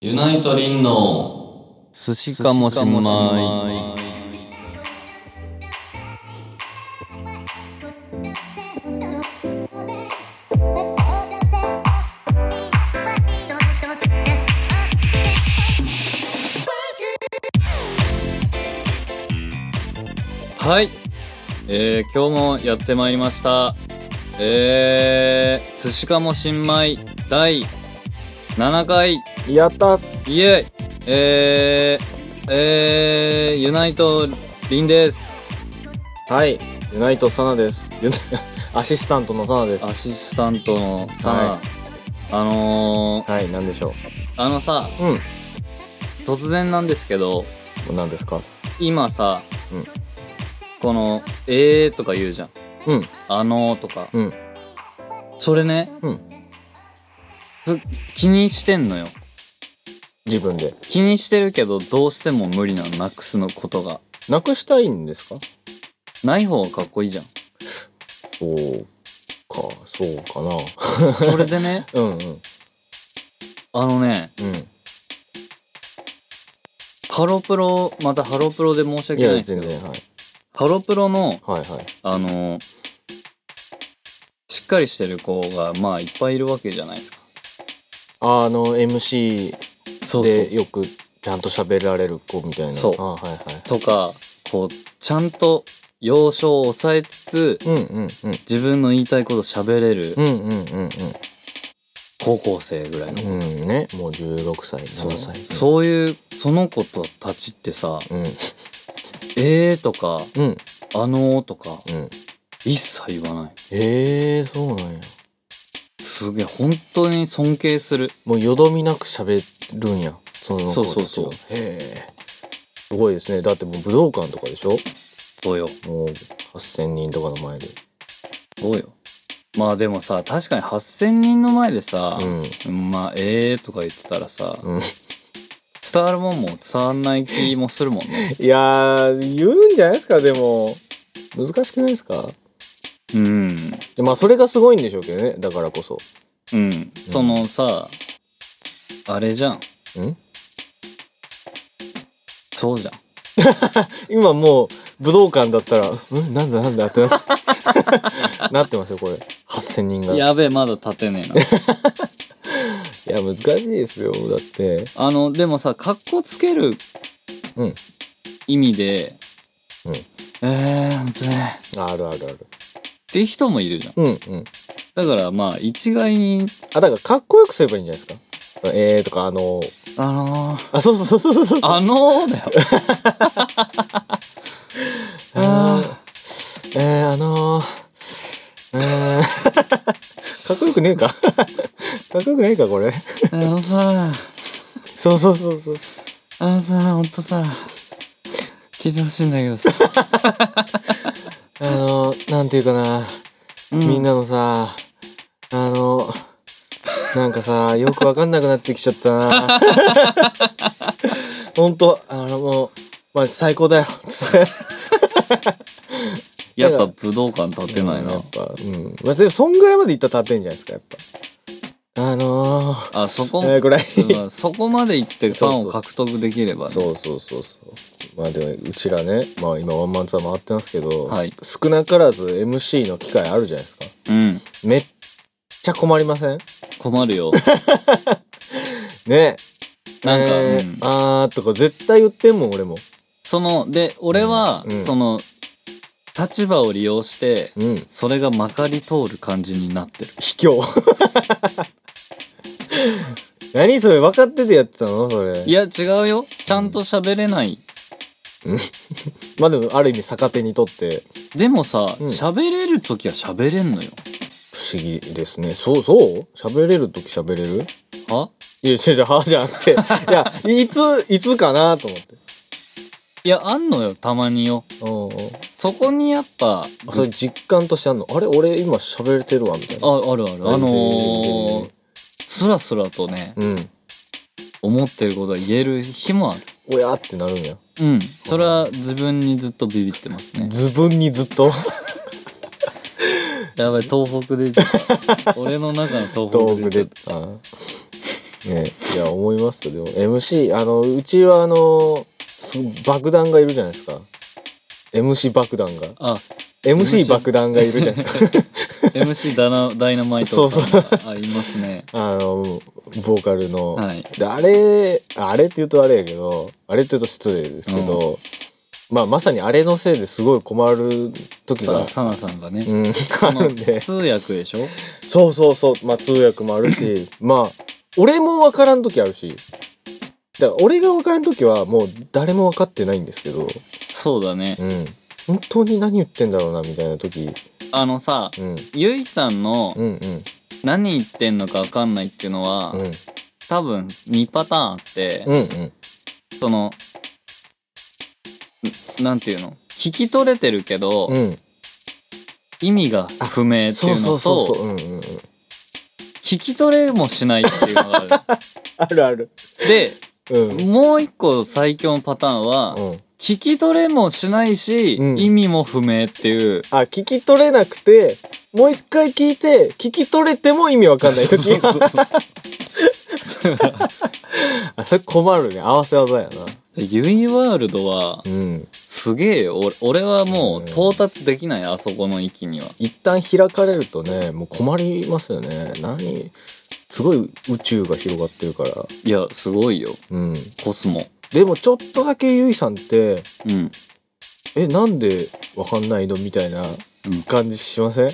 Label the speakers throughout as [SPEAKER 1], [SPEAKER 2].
[SPEAKER 1] ユナイトリンの寿司かもしれない。はい、えー、今日もやってまいりましたえー、寿司かも新米第7回
[SPEAKER 2] やった
[SPEAKER 1] イエイえー、えー、ユナイトリンです
[SPEAKER 2] はい、ユナイトサナです。 ユナアシスタントのサナです。
[SPEAKER 1] アシスタントのさ、
[SPEAKER 2] はい
[SPEAKER 1] あのー、
[SPEAKER 2] はい、なんでしょ
[SPEAKER 1] あのさ
[SPEAKER 2] う。うん。も
[SPEAKER 1] 突然なんですけど
[SPEAKER 2] う何ですか
[SPEAKER 1] 今さ、
[SPEAKER 2] うん
[SPEAKER 1] この「えー」とか言うじゃん
[SPEAKER 2] うん、
[SPEAKER 1] 「あのー」とか
[SPEAKER 2] うん、
[SPEAKER 1] それね
[SPEAKER 2] うん。
[SPEAKER 1] ず気にしてんのよ
[SPEAKER 2] 自分で。
[SPEAKER 1] 気にしてるけどどうしても無理なのなくすのことが
[SPEAKER 2] なくしたいんですか
[SPEAKER 1] ない方がかっこいいじゃん
[SPEAKER 2] そうか、そうかな。
[SPEAKER 1] それでね
[SPEAKER 2] うんうん、うん。
[SPEAKER 1] あのねハロプロまたハロプロで申し
[SPEAKER 2] い
[SPEAKER 1] 訳ない
[SPEAKER 2] や、
[SPEAKER 1] です
[SPEAKER 2] 全
[SPEAKER 1] けど
[SPEAKER 2] 然、はい。
[SPEAKER 1] ハロプロの
[SPEAKER 2] はいはい。
[SPEAKER 1] あのしっかりしてる子がまあいっぱいいるわけじゃないですか
[SPEAKER 2] あの、MC
[SPEAKER 1] そうそう
[SPEAKER 2] でよくちゃんと喋られる子みたいな。
[SPEAKER 1] そう
[SPEAKER 2] あはいはい。
[SPEAKER 1] とかこうちゃんと要所を抑えつつ
[SPEAKER 2] うんうんうん。
[SPEAKER 1] 自分の言いたいこと喋れる
[SPEAKER 2] うんうんうん
[SPEAKER 1] 高校生ぐらいの、
[SPEAKER 2] うん。うんね。もう16歳、7歳。
[SPEAKER 1] そういうその子たちってさ
[SPEAKER 2] うん。
[SPEAKER 1] 「えー」とか
[SPEAKER 2] うん。
[SPEAKER 1] 「あのー」とか
[SPEAKER 2] うん。
[SPEAKER 1] 一切言わない
[SPEAKER 2] ええー、そうなんや。
[SPEAKER 1] すげえ本当に尊敬する
[SPEAKER 2] もうよどみなく喋るんや。その
[SPEAKER 1] そうそうそう
[SPEAKER 2] 子たちがへえ。すごいですね。だってもう武道館とかでしょ
[SPEAKER 1] どうよ
[SPEAKER 2] もう8000人とかの前で。
[SPEAKER 1] どうよまあでもさ確かに8,000人の前でさ「
[SPEAKER 2] う
[SPEAKER 1] まあえー」とか言ってたらさ
[SPEAKER 2] うん。
[SPEAKER 1] 伝わるもんも伝わんない気もするもん ね
[SPEAKER 2] いやー、言うんじゃないですか、でも。難しくないですか
[SPEAKER 1] うん
[SPEAKER 2] でまあそれがすごいんでしょうけどね。だからこそ。
[SPEAKER 1] うん、そのさあれじゃん
[SPEAKER 2] ん
[SPEAKER 1] そうじゃん
[SPEAKER 2] 今もう武道館だったら、 うんなんだなんだってな ってなってますよ、これ。8000人が。いや、
[SPEAKER 1] やべえまだ立てねえな
[SPEAKER 2] 難しいですよ。だって。
[SPEAKER 1] あのでもさ格好つける
[SPEAKER 2] うん。
[SPEAKER 1] 意味で
[SPEAKER 2] うん。
[SPEAKER 1] えー、ほんとね
[SPEAKER 2] あるあるある。
[SPEAKER 1] って人もいるじゃん
[SPEAKER 2] うんうん。
[SPEAKER 1] だからまあ一概に
[SPEAKER 2] あ、だからかっこよくすればいいんじゃないですか。えーとか、あのー、
[SPEAKER 1] あのー、
[SPEAKER 2] あ、そうそうそうそうそう。
[SPEAKER 1] あのー、だよあ
[SPEAKER 2] えー、あのー、えー、 かっこよくねえか かっこよくねえか、これ。
[SPEAKER 1] ーあ のさ
[SPEAKER 2] そうそうそうそう。
[SPEAKER 1] あのさほんとさ聞いてほしいんだけどさ、
[SPEAKER 2] あのー、なんていうかな、
[SPEAKER 1] う
[SPEAKER 2] みんなのさ、あのなんかさ、よくわかんなくなってきちゃったな。 ほんと、あの、もう、まあ、最高だよ。つって
[SPEAKER 1] やっぱ武道館立てないな、
[SPEAKER 2] やっぱ、うん。まあ、でも、そんぐらいまでいったら立てんじゃないですか、やっぱ。あのー、
[SPEAKER 1] あそこ、
[SPEAKER 2] えー、ぐらい。
[SPEAKER 1] まあそこまで行ってファンを獲得できればね
[SPEAKER 2] そうそうそうそう。まあでも、うちらね、まあ今ワンマンツアー回ってますけど、
[SPEAKER 1] はい
[SPEAKER 2] 少なからず MC の機会あるじゃないですか。
[SPEAKER 1] うん
[SPEAKER 2] めっちゃ困りません
[SPEAKER 1] 困るよ
[SPEAKER 2] ね。
[SPEAKER 1] なんか、
[SPEAKER 2] え
[SPEAKER 1] うん
[SPEAKER 2] ーあーとか絶対言ってんもん、俺も。
[SPEAKER 1] そので俺は、
[SPEAKER 2] うん
[SPEAKER 1] その立場を利用して、
[SPEAKER 2] うん。
[SPEAKER 1] それがまかり通る感じになってる
[SPEAKER 2] 卑 怯。何それ分かっててやってたのそれ。
[SPEAKER 1] いや違うよちゃんと喋れない、
[SPEAKER 2] まあでも、ある意味逆手にとって
[SPEAKER 1] でもさ
[SPEAKER 2] うん
[SPEAKER 1] 喋、れる時は喋れんのよ
[SPEAKER 2] 不思議ですね。そうそう喋れるとき喋れるいや、違う違う、はじゃんって。いや、いつ、いつかなと思って。
[SPEAKER 1] はいやあんのよたまによ
[SPEAKER 2] うんうん。
[SPEAKER 1] そこにやっぱ
[SPEAKER 2] あそれ実感としてあんのあれ俺今喋れてるわみたいな。
[SPEAKER 1] ああるあるあのー、スラスラとね、
[SPEAKER 2] うん。
[SPEAKER 1] 思ってることが言える日もある
[SPEAKER 2] おやってなるんや。
[SPEAKER 1] うんそれは自分にずっとビビってますね
[SPEAKER 2] ズブンにずっ と
[SPEAKER 1] やばい東北でちょっと俺の中の東
[SPEAKER 2] 道
[SPEAKER 1] 北
[SPEAKER 2] 具
[SPEAKER 1] で
[SPEAKER 2] で。あね、いや、思いますよ。でも、MC、あの、うちは、あの、す爆弾がいるじゃないですか。MC 爆弾が。
[SPEAKER 1] あ、
[SPEAKER 2] MC 爆弾がいるじゃないですか。
[SPEAKER 1] MC ダナダイナマイトさんがあいますね。
[SPEAKER 2] あの、ボーカルの。
[SPEAKER 1] はい
[SPEAKER 2] で、あれ、あれって言うとあれやけど、あれって言うと失礼ですけど、まあ、まさにあれのせいですごい困る時
[SPEAKER 1] さ
[SPEAKER 2] が
[SPEAKER 1] あ、、サナさんがね。
[SPEAKER 2] うん、
[SPEAKER 1] そ
[SPEAKER 2] あ
[SPEAKER 1] の
[SPEAKER 2] るんで。
[SPEAKER 1] 通訳でしょ
[SPEAKER 2] そうそうそう。まあ、通訳もあるし、まあ、俺もわからん時あるし。だから、俺がわからん時は、もう、誰もわかってないんですけど、
[SPEAKER 1] そうだね
[SPEAKER 2] う。ん。本当に何言ってんだろうな、みたいな時。
[SPEAKER 1] あのさ、
[SPEAKER 2] うん。
[SPEAKER 1] ゆいさんの
[SPEAKER 2] うんうん。
[SPEAKER 1] 何言ってんのかわかんないっていうのは、
[SPEAKER 2] うん。
[SPEAKER 1] 多分2パターンあって、
[SPEAKER 2] うんうん。
[SPEAKER 1] その、んなんていうの聞き取れてるけど、
[SPEAKER 2] うん。
[SPEAKER 1] 意味が不明って
[SPEAKER 2] そ
[SPEAKER 1] いうう
[SPEAKER 2] そ
[SPEAKER 1] の
[SPEAKER 2] うそうそ
[SPEAKER 1] と、
[SPEAKER 2] う。うんうんうん。
[SPEAKER 1] 聞き取れもしないっていうのがあ
[SPEAKER 2] あるある。
[SPEAKER 1] る。で、
[SPEAKER 2] うん。うん。
[SPEAKER 1] もう一個最強のパターンは、聞き取れもしないし、
[SPEAKER 2] うん
[SPEAKER 1] 意味も不明っていう。
[SPEAKER 2] あ、聞き取れなくて、もう一回聞いて、聞き取れても意味わか んない時。
[SPEAKER 1] そうそうそう
[SPEAKER 2] あ、それ困るね。合わせ技やな。
[SPEAKER 1] ユイワールドは
[SPEAKER 2] う、ん。
[SPEAKER 1] すげえよ。俺俺はもう
[SPEAKER 2] うん
[SPEAKER 1] 到達できない、あそこの域には。
[SPEAKER 2] 一旦開かれるとねもう困りますよね何すごい宇宙が広がってるから
[SPEAKER 1] いや、すごいよ。
[SPEAKER 2] うん
[SPEAKER 1] コスモ。
[SPEAKER 2] でもちょっとだけゆいさんって
[SPEAKER 1] うん。
[SPEAKER 2] えなんでわかんないのみたいな
[SPEAKER 1] うん
[SPEAKER 2] 感じしません、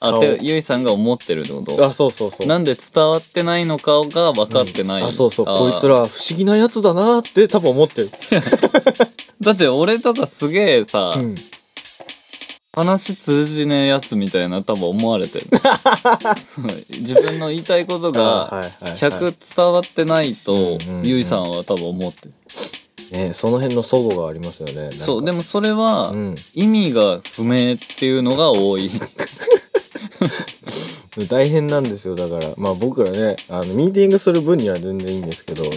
[SPEAKER 1] あ、
[SPEAKER 2] 顔
[SPEAKER 1] て、ゆいさんが思ってるってこと
[SPEAKER 2] あそうそうそう
[SPEAKER 1] なんで伝わってないのかが分かってない。
[SPEAKER 2] あそうそう
[SPEAKER 1] ー
[SPEAKER 2] こいつ。ら不思議なやつだなって多分思ってる、
[SPEAKER 1] だって俺とかすげえさ、
[SPEAKER 2] うん、
[SPEAKER 1] 話通じねえやつみたいな多分思われてる。 自分の言いたいこと
[SPEAKER 2] あ
[SPEAKER 1] が
[SPEAKER 2] はいはいはい
[SPEAKER 1] 100伝わってないと
[SPEAKER 2] うんうんう、ん
[SPEAKER 1] ゆいさんは多分思ってる。
[SPEAKER 2] ねその辺の齟齬がありますよね
[SPEAKER 1] そう、で
[SPEAKER 2] も
[SPEAKER 1] もそれは、
[SPEAKER 2] うん
[SPEAKER 1] 意味が不明っていうのが多い。
[SPEAKER 2] 大変なんですよだからまあ僕らねあのミーティングする分には全然いいんですけど
[SPEAKER 1] うん。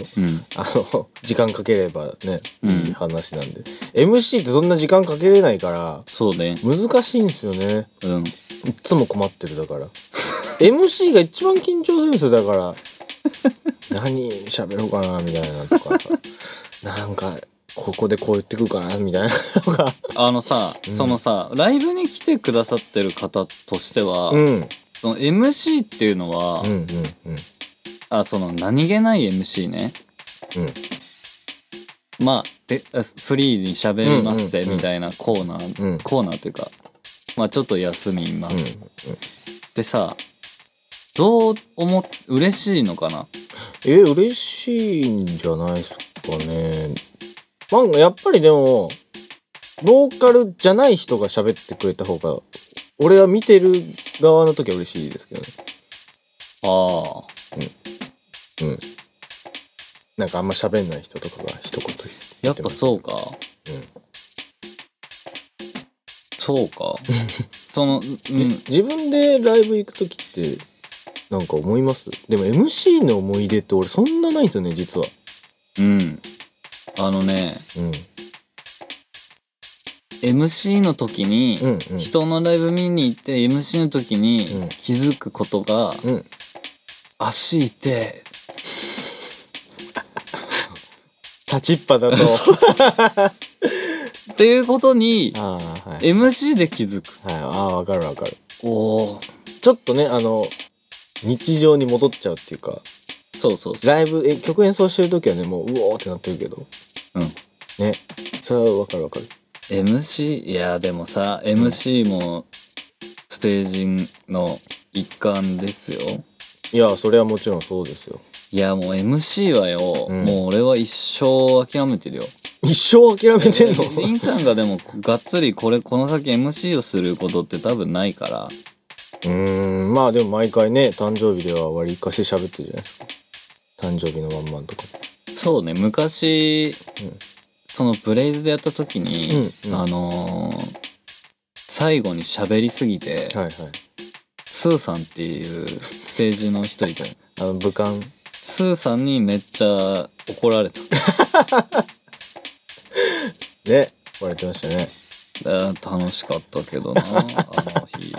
[SPEAKER 2] あの、時間かければね、
[SPEAKER 1] うん
[SPEAKER 2] いい話なんで。MC ってそんな時間かけれないから、
[SPEAKER 1] そうね。
[SPEAKER 2] 難しいんですよね。
[SPEAKER 1] うん。
[SPEAKER 2] いっつも困ってる、だから。MC が一番緊張するんですよ、だから。何喋ろうかな、みたいなとか。なんか、ここでこう言ってくるかな、みたいなとか。
[SPEAKER 1] あのさ、
[SPEAKER 2] うん
[SPEAKER 1] そのさ、ライブに来てくださってる方としては、
[SPEAKER 2] うん。うん
[SPEAKER 1] その MC っていうのは、
[SPEAKER 2] うんうん。
[SPEAKER 1] あ、その何気ない MC ね。
[SPEAKER 2] うん。
[SPEAKER 1] まあ、で、あフリーに喋りますぜ、
[SPEAKER 2] うんうんうん
[SPEAKER 1] みたいなコーナー、
[SPEAKER 2] うん
[SPEAKER 1] コーナーというか、まあちょっと休みま
[SPEAKER 2] うん
[SPEAKER 1] す。でさ、どう思っ、嬉しいのかな
[SPEAKER 2] え、嬉しいんじゃないですかね。なんかやっぱりでも、ローカルじゃない人が喋ってくれた方が、俺は見てる側の時は嬉しいですけどね。
[SPEAKER 1] ああ。
[SPEAKER 2] うん。なんかあんま喋んない人とかが一言言って
[SPEAKER 1] やっぱ
[SPEAKER 2] う。
[SPEAKER 1] そうか。そう か。その、うん
[SPEAKER 2] え。自分でライブ行く時って、なんか思いますでも MC の思い出って俺そんなないんですよね、実は。
[SPEAKER 1] うん。あのね、
[SPEAKER 2] うん。
[SPEAKER 1] MC の時に、
[SPEAKER 2] うんうん。
[SPEAKER 1] 人のライブ見に行って MC の時に
[SPEAKER 2] うん
[SPEAKER 1] 気づくことが、
[SPEAKER 2] うん。
[SPEAKER 1] 足痛え。
[SPEAKER 2] 立ちっ ぱだと。
[SPEAKER 1] っていうことに、
[SPEAKER 2] ああ、はい。
[SPEAKER 1] MC で気づく。
[SPEAKER 2] はい、ああ、わかるわかる。
[SPEAKER 1] おお。
[SPEAKER 2] ちょっとね、あの、日常に戻っちゃうっていうか、
[SPEAKER 1] そうそうそう。
[SPEAKER 2] ライブ、え曲演奏してる時はね、もう、うおーってなってるけど、
[SPEAKER 1] うん。
[SPEAKER 2] ね、それはわかるわかる。
[SPEAKER 1] MC、いや、でもさ、MC もステージの一環ですよ。
[SPEAKER 2] いや、それはもちろんそうですよ。
[SPEAKER 1] いや、もう MC はよ、
[SPEAKER 2] うん
[SPEAKER 1] もう俺は一生諦めてるよ。
[SPEAKER 2] 一生諦めてん の
[SPEAKER 1] リンさんがでもがっつりこれこの先 MC をすることって多分ないから
[SPEAKER 2] うーん、まあでも毎回ね、誕生日では割りかし喋ってるじゃないですか。誕生日のワンマンとか。
[SPEAKER 1] そうね昔、
[SPEAKER 2] うん
[SPEAKER 1] そのブレイズでやった時に、
[SPEAKER 2] うんうん
[SPEAKER 1] あのー最後に喋りすぎて、
[SPEAKER 2] はいはい。
[SPEAKER 1] スーさんっていうステージの人いたよ
[SPEAKER 2] あの、武漢。
[SPEAKER 1] スーさんにめっちゃ怒られ た
[SPEAKER 2] ね、言われてましたね。
[SPEAKER 1] あー楽しかったけどなあの日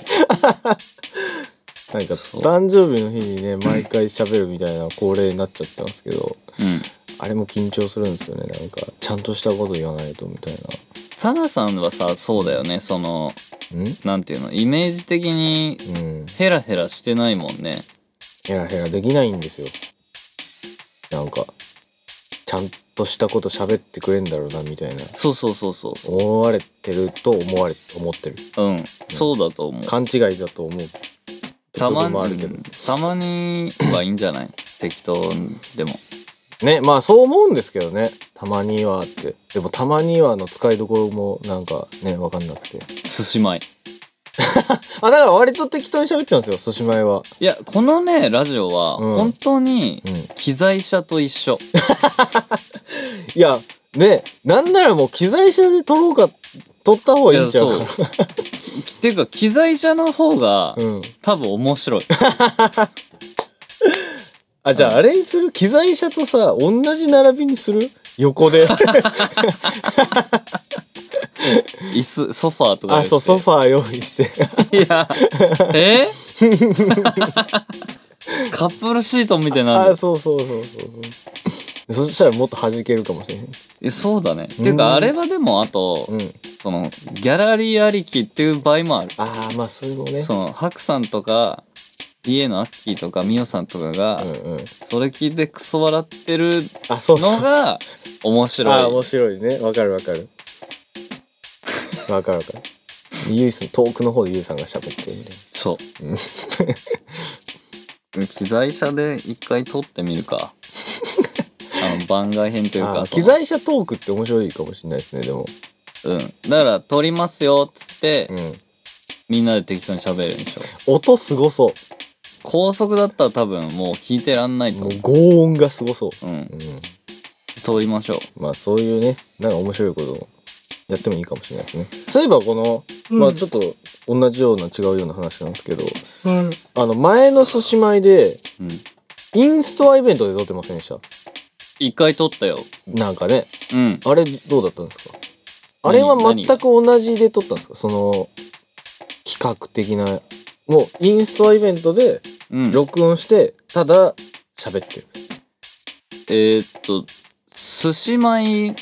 [SPEAKER 2] なんか
[SPEAKER 1] そう
[SPEAKER 2] 誕生日の日にね毎回喋るみたいな恒例になっちゃってますけど
[SPEAKER 1] うん。
[SPEAKER 2] あれも緊張するんですよねなんかちゃんとしたこと言わないとみたい
[SPEAKER 1] サナさんはさ、そうだよね。その、
[SPEAKER 2] なん
[SPEAKER 1] なんていうの、イメージ的に
[SPEAKER 2] うん
[SPEAKER 1] ヘラヘラしてないもんね。
[SPEAKER 2] ヘラヘラできないんですよなんかちゃんとしたこと喋ってくれんだろうなみたいな
[SPEAKER 1] そうそうそうそ
[SPEAKER 2] 思われてると思われ思ってる
[SPEAKER 1] う。うん。そうだと思う。
[SPEAKER 2] 勘違いだと思う
[SPEAKER 1] たま
[SPEAKER 2] 部分もあるけど
[SPEAKER 1] に、たまにはいいんじゃない適当でも。
[SPEAKER 2] ねまあそう思うんですけどねたまにはってでもたまにはの使いどころもなんかね分かんなくて
[SPEAKER 1] 寿司米。
[SPEAKER 2] あだから割と適当に喋ってますよ寿司前はい
[SPEAKER 1] や、このね、ラジオは、
[SPEAKER 2] うん
[SPEAKER 1] 本当に
[SPEAKER 2] うん、
[SPEAKER 1] 機材車と一緒。
[SPEAKER 2] いやねなんならもう機材車で撮ろうか撮った方がいいんちゃう
[SPEAKER 1] い
[SPEAKER 2] か
[SPEAKER 1] やっていうか、機材車の方が、
[SPEAKER 2] なうん
[SPEAKER 1] 多分面白い。
[SPEAKER 2] あじゃああれにする機材車とさ同じ並びにする横 で
[SPEAKER 1] 椅子、ソファーとか
[SPEAKER 2] あそうソファー用意して
[SPEAKER 1] う。いや、えカップルシートみたいになる
[SPEAKER 2] あそうそうそうそうそうそしたらもっと弾けるかもしれへん
[SPEAKER 1] えそうだね。っていうか、あれはでも、あと、
[SPEAKER 2] うん
[SPEAKER 1] その、ギャラリーありきっていう場合もある。
[SPEAKER 2] ああまあそれもね
[SPEAKER 1] その、ハクさんとか、家のアッキーとか、ミオさんとかが、
[SPEAKER 2] うんうん
[SPEAKER 1] それ聞いてクソ笑ってる
[SPEAKER 2] あそうそう
[SPEAKER 1] のが、面白い。
[SPEAKER 2] ああー面白いねわかるわかるわかるわかるゆいさん遠くの方でゆいさんが喋ってるみたい
[SPEAKER 1] そう。機材車で一回撮ってみるか。あの番外編という
[SPEAKER 2] なあ
[SPEAKER 1] か、
[SPEAKER 2] ー
[SPEAKER 1] そ
[SPEAKER 2] 機
[SPEAKER 1] の
[SPEAKER 2] 材車トークって面白いかもしれないですねでも
[SPEAKER 1] うん。だから撮りますよっつって、
[SPEAKER 2] うん
[SPEAKER 1] みんなで適当に喋るんでしょ。
[SPEAKER 2] 音すごそ
[SPEAKER 1] 高速だったら多分もう聞いてらんないうと
[SPEAKER 2] もう
[SPEAKER 1] 思
[SPEAKER 2] 轟音がすごそう
[SPEAKER 1] う。うん。
[SPEAKER 2] う
[SPEAKER 1] 撮りましょう。
[SPEAKER 2] んまあそういうねなんか面白いことをやってもいいかもしれないですねそういえばこの、まあちょっと同じような違うような話なんですけどあの前の寿司米で
[SPEAKER 1] うん。
[SPEAKER 2] インストアイベントで撮ってませんでした
[SPEAKER 1] 一回撮ったよ。
[SPEAKER 2] なんかね
[SPEAKER 1] うん。
[SPEAKER 2] あれどうだったんですかあれは全く同じで撮ったんですかその企画的なもうインストアイベントで
[SPEAKER 1] うん。
[SPEAKER 2] 録音してただ喋ってる、
[SPEAKER 1] えーっと、寿司米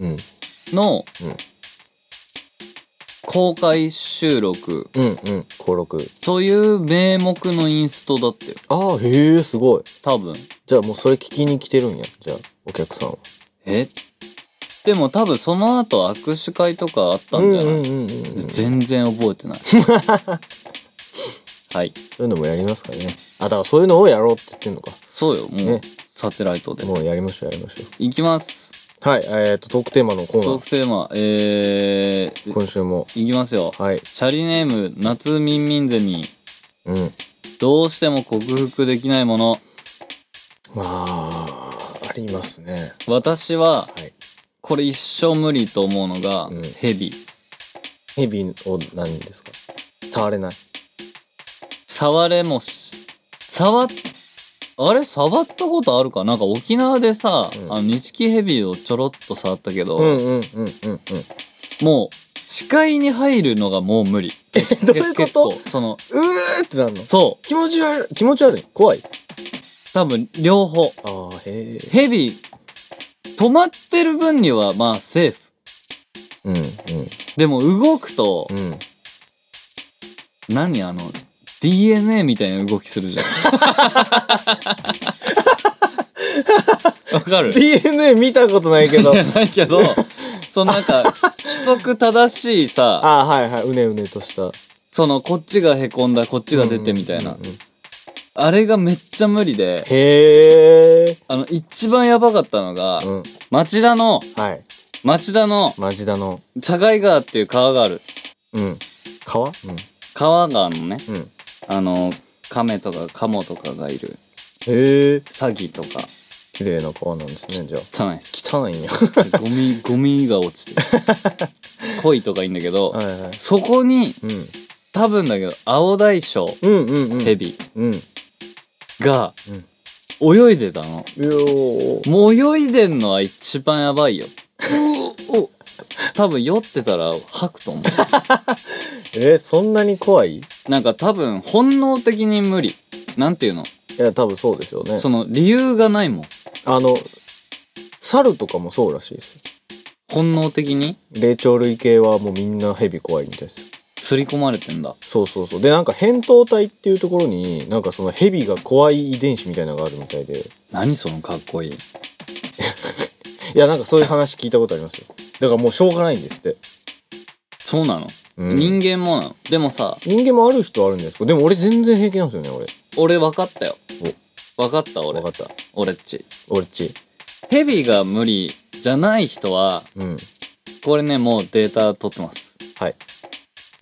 [SPEAKER 2] うん、
[SPEAKER 1] の
[SPEAKER 2] うん
[SPEAKER 1] 公開収録
[SPEAKER 2] うんうん登録
[SPEAKER 1] という名目のインストだったよ。
[SPEAKER 2] ああへえすごい
[SPEAKER 1] 多分。
[SPEAKER 2] じゃあもうそれ聞きに来てるんやじゃあお客さんは
[SPEAKER 1] えでも多分その後握手会とかあったんじゃない、
[SPEAKER 2] うんうんうんうんうんそう
[SPEAKER 1] 全然覚えて ない。はい。
[SPEAKER 2] いうのもやりますかねあだからそういうのをやろうって言ってんのか
[SPEAKER 1] そうよ、もう、
[SPEAKER 2] ね
[SPEAKER 1] サテライトで。
[SPEAKER 2] もうやりましょうやりましょ
[SPEAKER 1] いきます。
[SPEAKER 2] うはいえー、とトークテーマのコーナ
[SPEAKER 1] トー
[SPEAKER 2] ー
[SPEAKER 1] クテーマ、えー、
[SPEAKER 2] 今週も
[SPEAKER 1] いきますよ。
[SPEAKER 2] はい
[SPEAKER 1] シャリネーム、夏みんみんゼミ。
[SPEAKER 2] うん
[SPEAKER 1] どうしても克服できないもの。
[SPEAKER 2] まあありますね
[SPEAKER 1] 私は、
[SPEAKER 2] はい
[SPEAKER 1] これ一生無理と思うのが、
[SPEAKER 2] うん
[SPEAKER 1] ヘビ。
[SPEAKER 2] ヘビを何ですか触れない。
[SPEAKER 1] 触れもし、触っ、あれ触ったことあるかなんか沖縄でさ、
[SPEAKER 2] うん
[SPEAKER 1] あの、錦ヘビをちょろっと触ったけど、
[SPEAKER 2] うんうんうんうんうん。
[SPEAKER 1] もう、視界に入るのがもう無 理。
[SPEAKER 2] どういうこ
[SPEAKER 1] 結
[SPEAKER 2] と
[SPEAKER 1] 構、
[SPEAKER 2] う
[SPEAKER 1] その、
[SPEAKER 2] ーってなるの
[SPEAKER 1] そう、
[SPEAKER 2] 気持ち悪い。気持ち悪い。怖い。
[SPEAKER 1] 多分、両方。
[SPEAKER 2] ああ、へえ。
[SPEAKER 1] ヘビ、止まってる分には、まあ、セーフ。
[SPEAKER 2] うんうん
[SPEAKER 1] でも、動くと、
[SPEAKER 2] うん。
[SPEAKER 1] 何あの、DNA みたいな動きす るじゃん。わかる
[SPEAKER 2] DNA 見たことない けど。あ
[SPEAKER 1] ないけど、そのなんか、規則正しいさ、
[SPEAKER 2] あ、はいはい。うねうねとした。
[SPEAKER 1] そのこっちがへこんだ、こっちが出てみたいな
[SPEAKER 2] うんうん。うん
[SPEAKER 1] あれがめっちゃ無理で、
[SPEAKER 2] へえ。
[SPEAKER 1] あの、一番やばかったのが
[SPEAKER 2] う、ん。
[SPEAKER 1] 町田の、
[SPEAKER 2] はい。
[SPEAKER 1] 町田の、
[SPEAKER 2] マジダの。
[SPEAKER 1] 茶貝川っていう川がある。
[SPEAKER 2] うん。川
[SPEAKER 1] 川があるのね。
[SPEAKER 2] うん。うん。
[SPEAKER 1] あの、亀とかカモとかがいる。
[SPEAKER 2] へえ。
[SPEAKER 1] サギとか、
[SPEAKER 2] 綺麗な川なんですね、じゃあ。
[SPEAKER 1] 汚いです。
[SPEAKER 2] 汚い んや。
[SPEAKER 1] ゴミ、ゴミが落ちてる。鯉とかいいんだけど、
[SPEAKER 2] はいはい。
[SPEAKER 1] そこに、
[SPEAKER 2] うん。
[SPEAKER 1] 多分だけど、青大将、
[SPEAKER 2] うんうんうん。
[SPEAKER 1] ヘ。ビ
[SPEAKER 2] うん。
[SPEAKER 1] が、泳いでたの。
[SPEAKER 2] うん。よー。
[SPEAKER 1] もう泳いでんのは一番やばいよ。うお多分酔ってたら吐くと思う。
[SPEAKER 2] えーそんなに怖いい
[SPEAKER 1] なんか多分本能的に無理なんていうの
[SPEAKER 2] や多分そうですよね
[SPEAKER 1] その理由がないもん
[SPEAKER 2] あの猿とかもそうらしいです
[SPEAKER 1] 本能的に
[SPEAKER 2] 霊長類系はもうみんなヘビ怖いみたいです
[SPEAKER 1] 刷り込まれてんだ
[SPEAKER 2] そうそうそうでなんか扁桃体っていうところになんかそのヘビが怖い遺伝子みたいなのがあるみたいで
[SPEAKER 1] 何そのかっこいい
[SPEAKER 2] いやなんかそういう話聞いたことありますよだからもうしょうがないんですって
[SPEAKER 1] そうなの、
[SPEAKER 2] うん
[SPEAKER 1] 人間もなのでもさ
[SPEAKER 2] 人間もある人はあるんですけどでも俺全然平気なんですよね
[SPEAKER 1] 俺分かったよ分かった俺
[SPEAKER 2] 俺分かった
[SPEAKER 1] 俺っち
[SPEAKER 2] 俺っち
[SPEAKER 1] ヘビが無理じゃない人は
[SPEAKER 2] うん
[SPEAKER 1] これねもうデータ取ってます
[SPEAKER 2] はい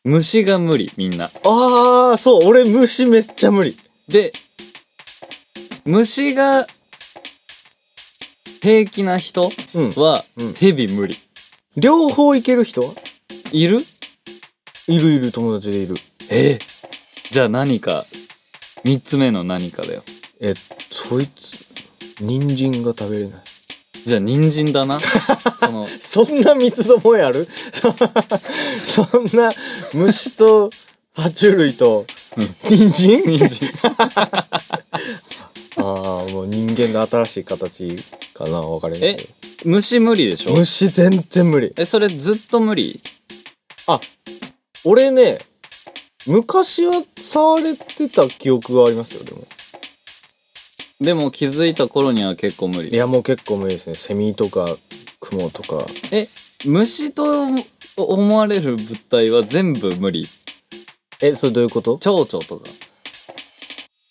[SPEAKER 1] 虫が無理みんな
[SPEAKER 2] ああそう俺虫めっちゃ無理
[SPEAKER 1] で虫が平気な人
[SPEAKER 2] うん
[SPEAKER 1] は
[SPEAKER 2] うん
[SPEAKER 1] ヘビ無理
[SPEAKER 2] 両方いける人はい
[SPEAKER 1] る
[SPEAKER 2] いるいる友達でいる
[SPEAKER 1] えじゃあ何か3つ目の何かだよ
[SPEAKER 2] えそいつ人参が食べれない
[SPEAKER 1] じゃあ人参だ なその
[SPEAKER 2] そんな三つどもえある そんな虫と爬虫類と人参
[SPEAKER 1] 人参
[SPEAKER 2] ああもう人間の新しい形かな分かれない
[SPEAKER 1] え
[SPEAKER 2] けど
[SPEAKER 1] 虫無理でしょ
[SPEAKER 2] 虫全然無理
[SPEAKER 1] えそれずっと無理
[SPEAKER 2] あ俺ね昔は触れてた記憶がありますよでも
[SPEAKER 1] でも気づいた頃には結構無
[SPEAKER 2] い
[SPEAKER 1] 理
[SPEAKER 2] やもう結構無理ですねセミとかクモとか
[SPEAKER 1] え虫と思われる物体は全部無理
[SPEAKER 2] えそれどういうこと
[SPEAKER 1] 蝶々とか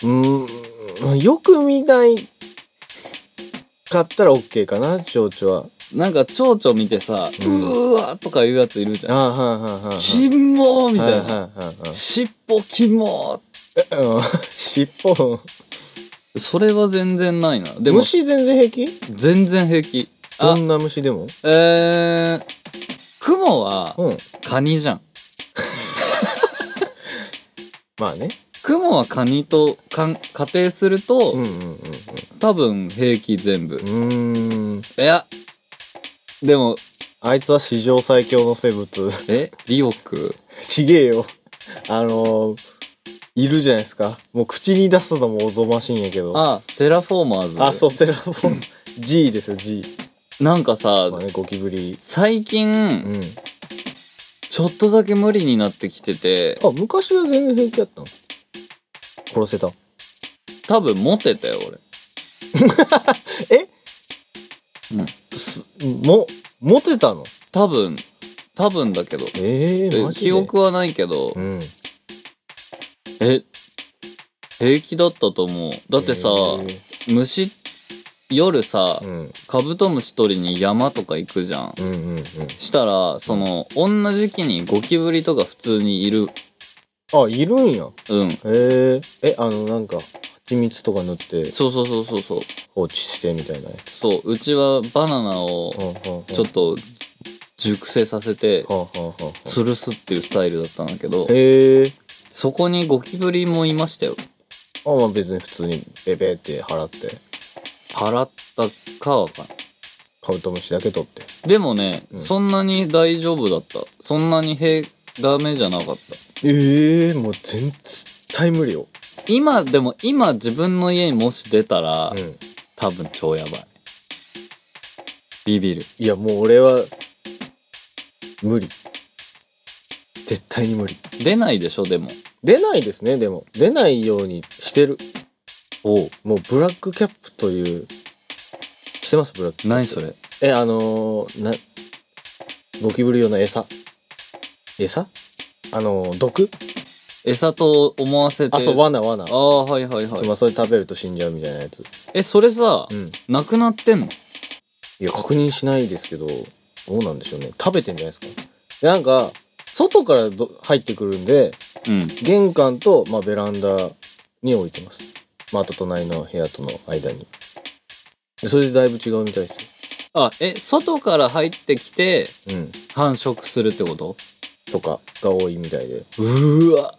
[SPEAKER 2] うーんよく見ないかったら OK かな蝶々は
[SPEAKER 1] なんか蝶々見てさ、うーわーとか言うやついるじ
[SPEAKER 2] あ
[SPEAKER 1] ゃん
[SPEAKER 2] あはいはいはいはい
[SPEAKER 1] キモーみたいな、
[SPEAKER 2] はいはいはいはい
[SPEAKER 1] 尻尾キモ
[SPEAKER 2] うん尻尾
[SPEAKER 1] ーそれは全然ないなでも
[SPEAKER 2] 虫全然平気
[SPEAKER 1] 全然平気
[SPEAKER 2] ど
[SPEAKER 1] あ
[SPEAKER 2] んな虫でも
[SPEAKER 1] えー、クモは
[SPEAKER 2] うん
[SPEAKER 1] カニじゃん
[SPEAKER 2] まあね
[SPEAKER 1] クモはカニとかん仮定すると、
[SPEAKER 2] うんうんうんうんう
[SPEAKER 1] 多分平気全部、
[SPEAKER 2] ーん
[SPEAKER 1] いやでも
[SPEAKER 2] あいつは史上最強の生物
[SPEAKER 1] えリオク
[SPEAKER 2] ちげえよあのー、いるじゃないですかもう口に出すのもおぞましいんやけど
[SPEAKER 1] あテラフォーマーズ
[SPEAKER 2] あそうテラフォーム G ですよ G
[SPEAKER 1] なんかさ、
[SPEAKER 2] まあねゴキブリ
[SPEAKER 1] 最近、
[SPEAKER 2] うん
[SPEAKER 1] ちょっとだけ無理になってきてて
[SPEAKER 2] あ昔は全然平気だったの殺せた
[SPEAKER 1] 多分モテたよ俺
[SPEAKER 2] え
[SPEAKER 1] うん
[SPEAKER 2] すもモテたの
[SPEAKER 1] 多分多分だけど
[SPEAKER 2] ええ
[SPEAKER 1] え
[SPEAKER 2] マジで
[SPEAKER 1] 記憶はないけど、
[SPEAKER 2] うん
[SPEAKER 1] え平気だったと思うだってさ、
[SPEAKER 2] え
[SPEAKER 1] 虫夜さ、
[SPEAKER 2] ーうん
[SPEAKER 1] カブトムシ取りに山とか行くじゃん
[SPEAKER 2] うんうんうん
[SPEAKER 1] したらその同じ期にゴキブリとか普通にいる
[SPEAKER 2] あいるんや
[SPEAKER 1] うん
[SPEAKER 2] えー、えあのなんか蜂蜜とか塗って
[SPEAKER 1] そうそうそうそうそう
[SPEAKER 2] 放置してみたいなやつ
[SPEAKER 1] そううちはバナナを
[SPEAKER 2] はあはあはあ
[SPEAKER 1] ちょっと熟成させて
[SPEAKER 2] はあはあはあ
[SPEAKER 1] 吊るすっていうスタイルだったんだけど
[SPEAKER 2] へえ
[SPEAKER 1] そこにゴキブリもいましたよ
[SPEAKER 2] あまあ別に普通にベベって払って
[SPEAKER 1] 払ったかはかん
[SPEAKER 2] カブトムシだけ取って
[SPEAKER 1] でもね、
[SPEAKER 2] うん
[SPEAKER 1] そんなに大丈夫だったそんなに平ダメじゃなかった
[SPEAKER 2] ええもう全絶対無理よ
[SPEAKER 1] 今でも今自分の家にもし出たら、
[SPEAKER 2] うん
[SPEAKER 1] 多分超やばいビビる
[SPEAKER 2] いやもう俺は無理絶対に無理
[SPEAKER 1] 出ないでしょでも
[SPEAKER 2] 出ないですねでも出ないようにしてる
[SPEAKER 1] おう
[SPEAKER 2] もうブラックキャップというしてますブラックキャップ
[SPEAKER 1] 何それ
[SPEAKER 2] えあのー、なゴキブリ用の餌餌あのー、毒
[SPEAKER 1] 餌と思わせて
[SPEAKER 2] あそう罠罠
[SPEAKER 1] ああはいはい
[SPEAKER 2] つ
[SPEAKER 1] は
[SPEAKER 2] ま
[SPEAKER 1] い
[SPEAKER 2] りそれ食べると死んじゃうみたいなやつ
[SPEAKER 1] えそれさ、
[SPEAKER 2] うん
[SPEAKER 1] なくなってんの
[SPEAKER 2] いや確認しないですけどどうなんでしょうね食べてんじゃないですかでなんか外からど入ってくるんで
[SPEAKER 1] うん
[SPEAKER 2] 玄関と、まあ、ベランダに置いてますまあ、あと隣の部屋との間にでそれでだいぶ違うみたいです
[SPEAKER 1] あえ外から入ってきて
[SPEAKER 2] ようん
[SPEAKER 1] 繁殖するってこと
[SPEAKER 2] とかが多いみたいで
[SPEAKER 1] うーわ